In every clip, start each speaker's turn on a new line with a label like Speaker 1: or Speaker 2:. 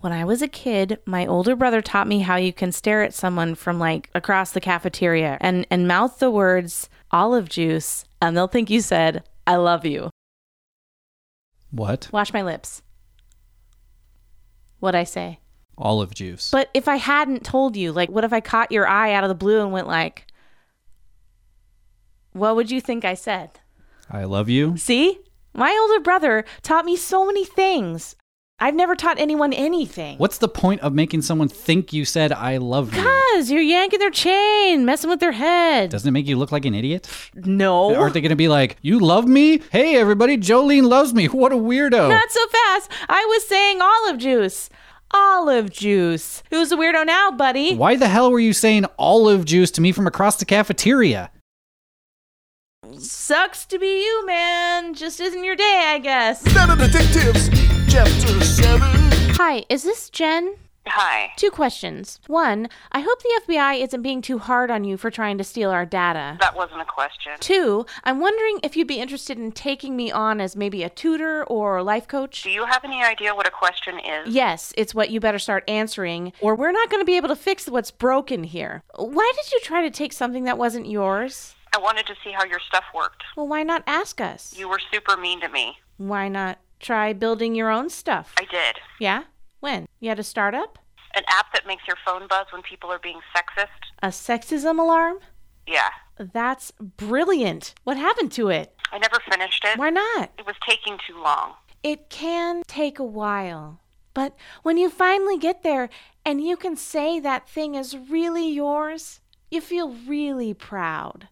Speaker 1: When I was a kid, my older brother taught me how you can stare at someone from like across the cafeteria and, and mouth the words olive juice, and they'll think you said, I love you.
Speaker 2: What?
Speaker 1: Wash my lips. What'd I say?
Speaker 2: Olive juice.
Speaker 1: But if I hadn't told you, like, what if I caught your eye out of the blue and went like, what would you think I said?
Speaker 2: I love you.
Speaker 1: See? My older brother taught me so many things. I've never taught anyone anything.
Speaker 2: What's the point of making someone think you said I love you?
Speaker 1: Because you're yanking their chain, messing with their head.
Speaker 2: Doesn't it make you look like an idiot?
Speaker 1: no.
Speaker 2: Aren't they going to be like, "You love me? Hey everybody, Jolene loves me. What a weirdo."
Speaker 1: Not so fast. I was saying olive juice. Olive juice. Who's the weirdo now, buddy?
Speaker 2: Why the hell were you saying olive juice to me from across the cafeteria?
Speaker 1: Sucks to be you, man. Just isn't your day, I guess.
Speaker 3: None detectives. Chapter 7.
Speaker 1: Hi, is this Jen?
Speaker 4: Hi.
Speaker 1: Two questions. One, I hope the FBI isn't being too hard on you for trying to steal our data.
Speaker 4: That wasn't a question.
Speaker 1: Two, I'm wondering if you'd be interested in taking me on as maybe a tutor or life coach.
Speaker 4: Do you have any idea what a question is?
Speaker 1: Yes, it's what you better start answering, or we're not going to be able to fix what's broken here. Why did you try to take something that wasn't yours?
Speaker 4: I wanted to see how your stuff worked.
Speaker 1: Well, why not ask us?
Speaker 4: You were super mean to me.
Speaker 1: Why not try building your own stuff?
Speaker 4: I did.
Speaker 1: Yeah? When? You had a startup?
Speaker 4: An app that makes your phone buzz when people are being sexist?
Speaker 1: A sexism alarm?
Speaker 4: Yeah.
Speaker 1: That's brilliant. What happened to it?
Speaker 4: I never finished it.
Speaker 1: Why not?
Speaker 4: It was taking too long.
Speaker 1: It can take a while, but when you finally get there and you can say that thing is really yours, you feel really proud.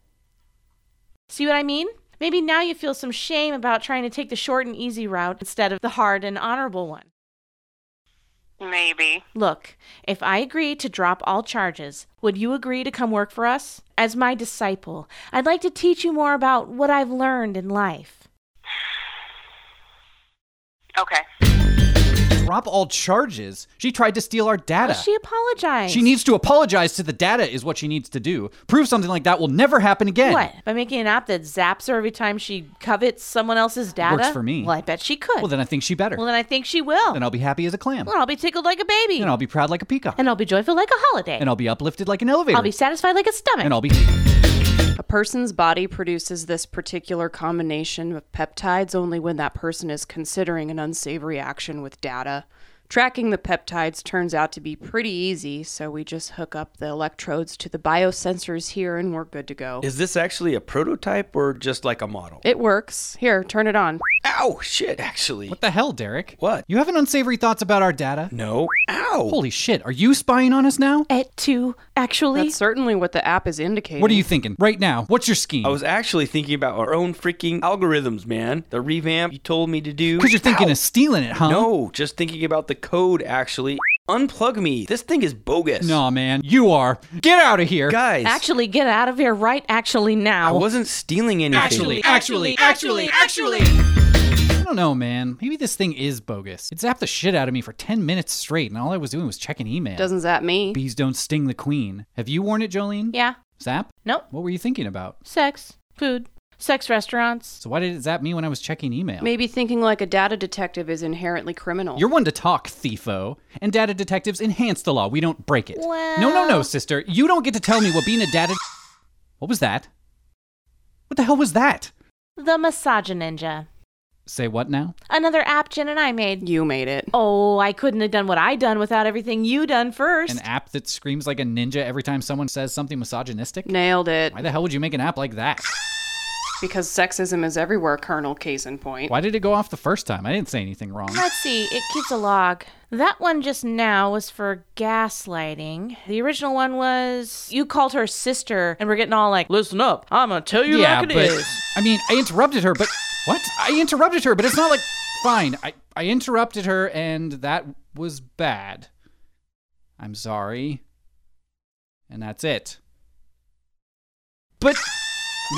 Speaker 1: See what I mean? Maybe now you feel some shame about trying to take the short and easy route instead of the hard and honorable one.
Speaker 4: Maybe.
Speaker 1: Look, if I agree to drop all charges, would you agree to come work for us? As my disciple, I'd like to teach you more about what I've learned in life.
Speaker 4: Okay.
Speaker 2: Drop all charges. She tried to steal our data.
Speaker 1: Well, she apologized.
Speaker 2: She needs to apologize to the data is what she needs to do. Prove something like that will never happen again.
Speaker 1: What? By making an app that zaps her every time she covets someone else's data?
Speaker 2: Works for me.
Speaker 1: Well, I bet she could.
Speaker 2: Well, then I think she better.
Speaker 1: Well, then I think she will.
Speaker 2: then I'll be happy as a clam.
Speaker 1: Well, I'll be tickled like a baby.
Speaker 2: and I'll be proud like a peacock.
Speaker 1: And I'll be joyful like a holiday.
Speaker 2: And I'll be uplifted like an elevator.
Speaker 1: I'll be satisfied like a stomach.
Speaker 2: and I'll be
Speaker 5: A person's body produces this particular combination of peptides only when that person is considering an unsavory action with data. Tracking the peptides turns out to be pretty easy, so we just hook up the electrodes to the biosensors here and we're good to go.
Speaker 6: Is this actually a prototype or just like a model?
Speaker 5: It works. Here, turn it on.
Speaker 6: Ow, shit, actually.
Speaker 2: What the hell, Derek?
Speaker 6: What?
Speaker 2: You having unsavory thoughts about our data?
Speaker 6: No. Ow.
Speaker 2: Holy shit, are you spying on us now?
Speaker 1: Et tu, actually.
Speaker 5: That's certainly what the app is indicating.
Speaker 2: What are you thinking right now? What's your scheme?
Speaker 6: I was actually thinking about our own freaking algorithms, man. The revamp you told me to do.
Speaker 2: Because you're thinking of stealing it, huh?
Speaker 6: No, just thinking about the code, actually. Unplug me. This thing is bogus.
Speaker 2: No, man, you are. Get out of here.
Speaker 6: Guys.
Speaker 1: Actually, get out of here right actually
Speaker 6: I
Speaker 1: now.
Speaker 6: wasn't stealing anything.
Speaker 2: actually, actually, actually. I don't know, man. Maybe this thing is bogus. It zapped the shit out of me for 10 minutes straight, and all I was doing was checking email.
Speaker 5: Doesn't zap me.
Speaker 2: Bees don't sting the queen. Have you worn it, Jolene?
Speaker 1: yeah.
Speaker 2: Zap?
Speaker 1: Nope.
Speaker 2: What were you thinking about?
Speaker 1: Sex. Food. Sex restaurants.
Speaker 2: So why did it zap me when I was checking email?
Speaker 5: Maybe thinking like a data detective is inherently criminal.
Speaker 2: You're one to talk, thiefo. And data detectives enhance the law. We don't break it. No, no, no,
Speaker 1: Well-
Speaker 2: sister. You don't get to tell me what being a data. What was that? What the hell was that?
Speaker 1: The Massage Ninja.
Speaker 2: Say what now?
Speaker 1: Another app Jen and I made.
Speaker 5: You made it.
Speaker 1: Oh, I couldn't have done what I done without everything you done first.
Speaker 2: An app that screams like a ninja every time someone says something misogynistic?
Speaker 5: Nailed it.
Speaker 2: Why the hell would you make an app like that?
Speaker 5: Because sexism is everywhere, Colonel, case in point.
Speaker 2: Why did it go off the first time? I didn't say anything wrong.
Speaker 1: Let's see, it keeps a log. That one just now was for gaslighting. The original one was you called her sister, and we're getting all like, listen up, I'm gonna tell you
Speaker 2: yeah,
Speaker 1: like it
Speaker 2: but
Speaker 1: is."
Speaker 2: I mean, I interrupted her, but what? I interrupted her, but it's not like fine. I I interrupted her and that was bad. I'm sorry. And that's it. But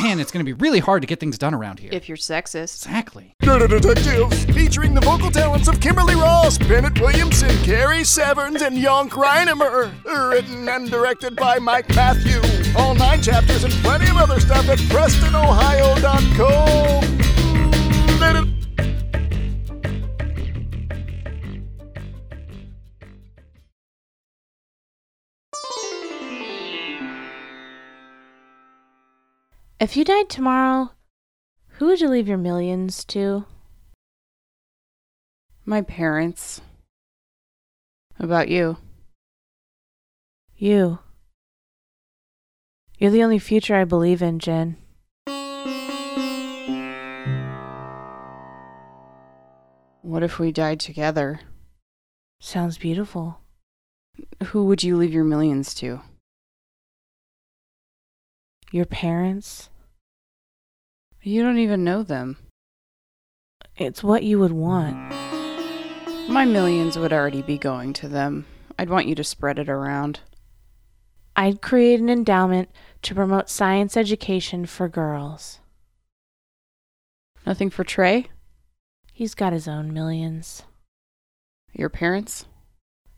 Speaker 2: man, it's going to be really hard to get things done around here.
Speaker 5: If you're sexist.
Speaker 2: exactly.
Speaker 3: Nerd Detectives, featuring the vocal talents of Kimberly Ross, Bennett Williamson, Carrie Severns, and Yonk Reinemer. Written and directed by Mike Matthew. All nine chapters and plenty of other stuff at PrestonOhio.com. Nerd-
Speaker 1: If you died tomorrow, who would you leave your millions to?
Speaker 5: My parents. How about you?
Speaker 1: You. You're the only future I believe in, Jen.
Speaker 5: What if we died together?
Speaker 1: Sounds beautiful.
Speaker 5: Who would you leave your millions to?
Speaker 1: Your parents?
Speaker 5: You don't even know them.
Speaker 1: It's what you would want.
Speaker 5: My millions would already be going to them. I'd want you to spread it around.
Speaker 1: I'd create an endowment to promote science education for girls.
Speaker 5: Nothing for Trey?
Speaker 1: He's got his own millions.
Speaker 5: Your parents?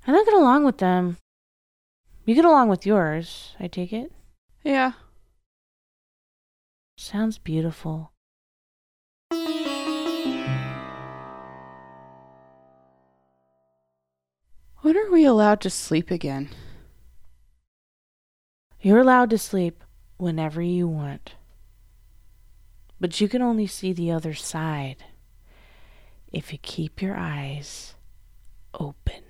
Speaker 1: I don't get along with them. You get along with yours, I take it.
Speaker 5: Yeah.
Speaker 1: Sounds beautiful.
Speaker 5: When are we allowed to sleep again?
Speaker 1: You're allowed to sleep whenever you want. But you can only see the other side if you keep your eyes open.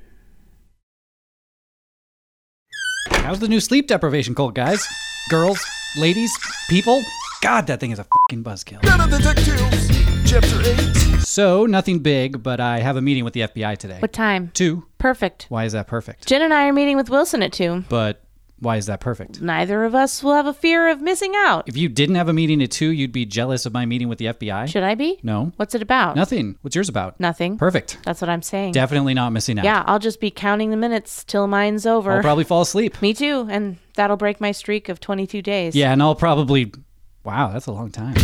Speaker 2: How's the new sleep deprivation cult, guys? Girls, ladies, people? God, that thing is a fucking buzzkill.
Speaker 3: None of the detectives. Chapter 8.
Speaker 2: So, nothing big, but I have a meeting with the FBI today.
Speaker 1: What time?
Speaker 2: Two.
Speaker 1: Perfect.
Speaker 2: Why is that perfect?
Speaker 1: Jen and I are meeting with Wilson at 2.
Speaker 2: But why is that perfect?
Speaker 1: Neither of us will have a fear of missing out.
Speaker 2: If you didn't have a meeting at two, you'd be jealous of my meeting with the FBI?
Speaker 1: Should I be?
Speaker 2: No.
Speaker 1: What's it about?
Speaker 2: Nothing. What's yours about?
Speaker 1: Nothing.
Speaker 2: Perfect.
Speaker 1: That's what I'm saying.
Speaker 2: Definitely not missing out.
Speaker 1: Yeah, I'll just be counting the minutes till mine's over.
Speaker 2: I'll probably fall asleep.
Speaker 1: Me too, and that'll break my streak of 22 days.
Speaker 2: Yeah, and I'll probably. Wow, that's a long time.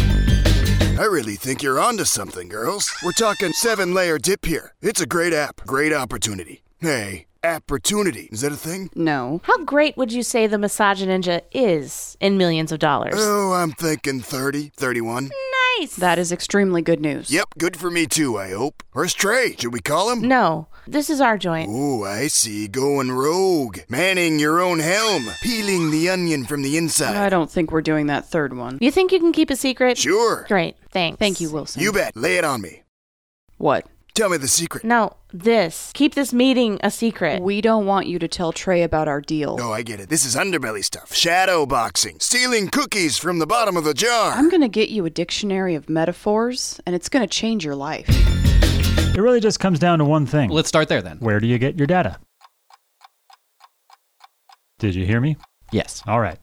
Speaker 3: I really think you're onto something, girls. We're talking seven layer dip here. It's a great app, great opportunity. Hey, opportunity. Is that a thing?
Speaker 5: No.
Speaker 1: How great would you say the Massage Ninja is in millions of dollars?
Speaker 3: Oh, I'm thinking 30, 31.
Speaker 1: nice.
Speaker 5: Uh, That is extremely good news.
Speaker 3: Yep, good for me too, I hope. Or Stray, should we call him?
Speaker 1: No, this is our joint.
Speaker 3: Mm. Ooh, I see. Going rogue. Manning your own helm. Peeling the onion from the
Speaker 5: I
Speaker 3: inside.
Speaker 5: don't think we're doing that third one.
Speaker 1: You think you can keep a secret?
Speaker 3: Sure.
Speaker 1: Great. Thanks.
Speaker 5: Thank you, Wilson.
Speaker 3: You bet. Lay it on me.
Speaker 5: What?
Speaker 3: Tell me the secret.
Speaker 1: No, this. Keep this meeting a secret.
Speaker 5: We don't want you to tell Trey about our deal.
Speaker 3: Oh, I get it. This is underbelly stuff. Shadow boxing. Stealing cookies from the bottom of the jar.
Speaker 5: I'm going to get you a dictionary of metaphors, and it's going to change your life.
Speaker 7: It really just comes down to one thing
Speaker 2: Let's start there then.
Speaker 7: where do you get your data? Did you hear me?
Speaker 2: Yes.
Speaker 7: All right.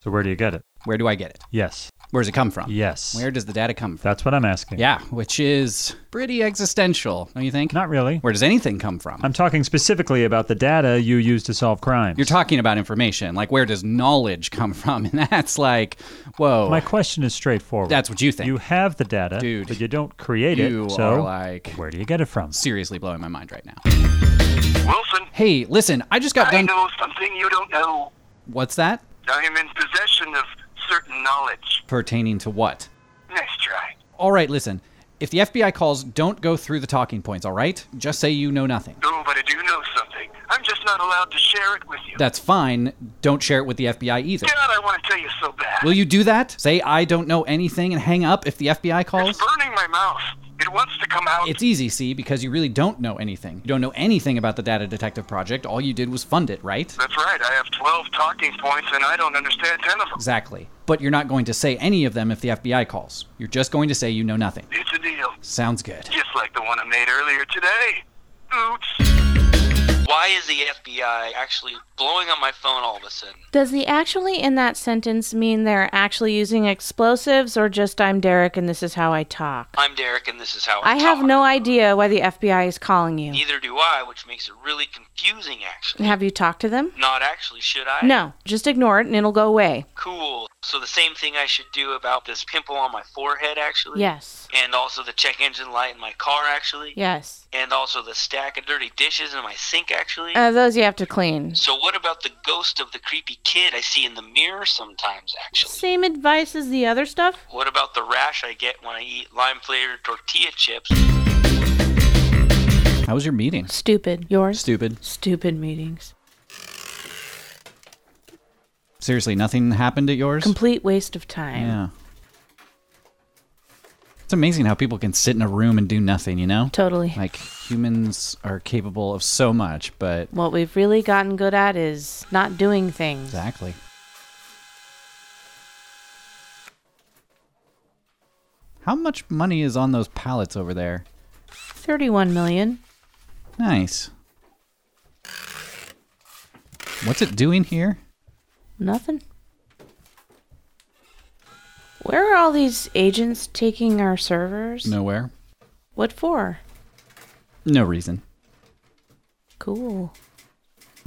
Speaker 7: So, where do you get it?
Speaker 2: Where do I get it?
Speaker 7: Yes.
Speaker 2: Where does it come from?
Speaker 7: Yes.
Speaker 2: Where does the data come from?
Speaker 7: That's what I'm asking.
Speaker 2: Yeah, which is pretty existential, don't you think?
Speaker 7: Not really.
Speaker 2: Where does anything come from?
Speaker 7: I'm talking specifically about the data you use to solve crimes.
Speaker 2: You're talking about information. Like, where does knowledge come from? And that's like, whoa.
Speaker 7: My question is straightforward.
Speaker 2: That's what you think.
Speaker 7: You have the data,
Speaker 2: Dude,
Speaker 7: but you don't create
Speaker 2: you
Speaker 7: it. So,
Speaker 2: are like-
Speaker 7: where do you get it from?
Speaker 2: Seriously blowing my mind right now.
Speaker 8: Wilson,
Speaker 2: Hey, listen, I just got
Speaker 8: I
Speaker 2: done.
Speaker 8: know something you don't know.
Speaker 2: What's that?
Speaker 8: I am in possession of certain knowledge.
Speaker 2: Pertaining to what?
Speaker 8: Nice try.
Speaker 2: All right, listen. If the FBI calls, don't go through the talking points, all right? Just say you know nothing.
Speaker 8: No, but I do know something. I'm just not allowed to share it with you.
Speaker 2: That's fine. Don't share it with the FBI either.
Speaker 8: God, I want to tell you so bad.
Speaker 2: Will you do that? Say I don't know anything and hang up if the FBI
Speaker 8: it's
Speaker 2: calls?
Speaker 8: burning my mouth. It wants to come out.
Speaker 2: It's easy, see, because you really don't know anything. You don't know anything about the Data Detective Project. All you did was fund it, right?
Speaker 8: That's right. I have 12 talking points, and I don't understand 10 of them.
Speaker 2: Exactly. But you're not going to say any of them if the FBI calls. You're just going to say you know nothing.
Speaker 8: It's a deal.
Speaker 2: Sounds good.
Speaker 8: Just like the one I made earlier today. Oops.
Speaker 9: Why is the FBI actually blowing up my phone all of a sudden?
Speaker 1: Does the actually in that sentence mean they're actually using explosives or just I'm Derek and this is how I talk?
Speaker 9: I'm Derek, and this is how I,
Speaker 1: I have
Speaker 9: talk.
Speaker 1: no idea why the FBI is calling you.
Speaker 9: Neither do I, which makes it really confusing, actually.
Speaker 1: Have you talked to them?
Speaker 9: Not actually, should I?
Speaker 1: No, just ignore it and it'll go away.
Speaker 9: Cool. So the same thing I should do about this pimple on my forehead, actually.
Speaker 1: Yes.
Speaker 9: And also the check engine light in my car, actually.
Speaker 1: Yes.
Speaker 9: And also the stack of dirty dishes in my sink, actually.
Speaker 1: Uh, those you have to clean.
Speaker 9: so what about the ghost of the creepy kid I see in the mirror sometimes, actually?
Speaker 1: Same advice as the other stuff?
Speaker 9: What about the rash I get when I eat lime flavored tortilla chips?
Speaker 2: How was your meeting?
Speaker 1: Stupid. Yours?
Speaker 2: Stupid.
Speaker 1: Stupid meetings.
Speaker 2: Seriously, nothing happened at yours?
Speaker 1: Complete waste of time.
Speaker 2: yeah. It's amazing how people can sit in a room and do nothing, you know?
Speaker 1: Totally.
Speaker 2: Like, humans are capable of so much, but.
Speaker 1: what we've really gotten good at is not doing things.
Speaker 2: Exactly. How much money is on those pallets over there?
Speaker 1: 31 million.
Speaker 2: Nice. What's it doing here?
Speaker 1: Nothing. Where are all these agents taking our servers?
Speaker 2: Nowhere.
Speaker 1: What for?
Speaker 2: No reason.
Speaker 1: Cool.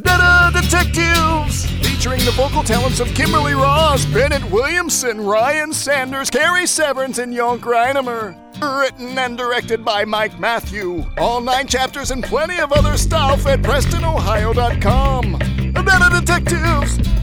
Speaker 3: Dada Detectives! Featuring the vocal talents of Kimberly Ross, Bennett Williamson, Ryan Sanders, Carrie Severns, and Yonk Reinemer. Written and directed by Mike Matthew. All nine chapters and plenty of other stuff at PrestonOhio.com. Dada Detectives!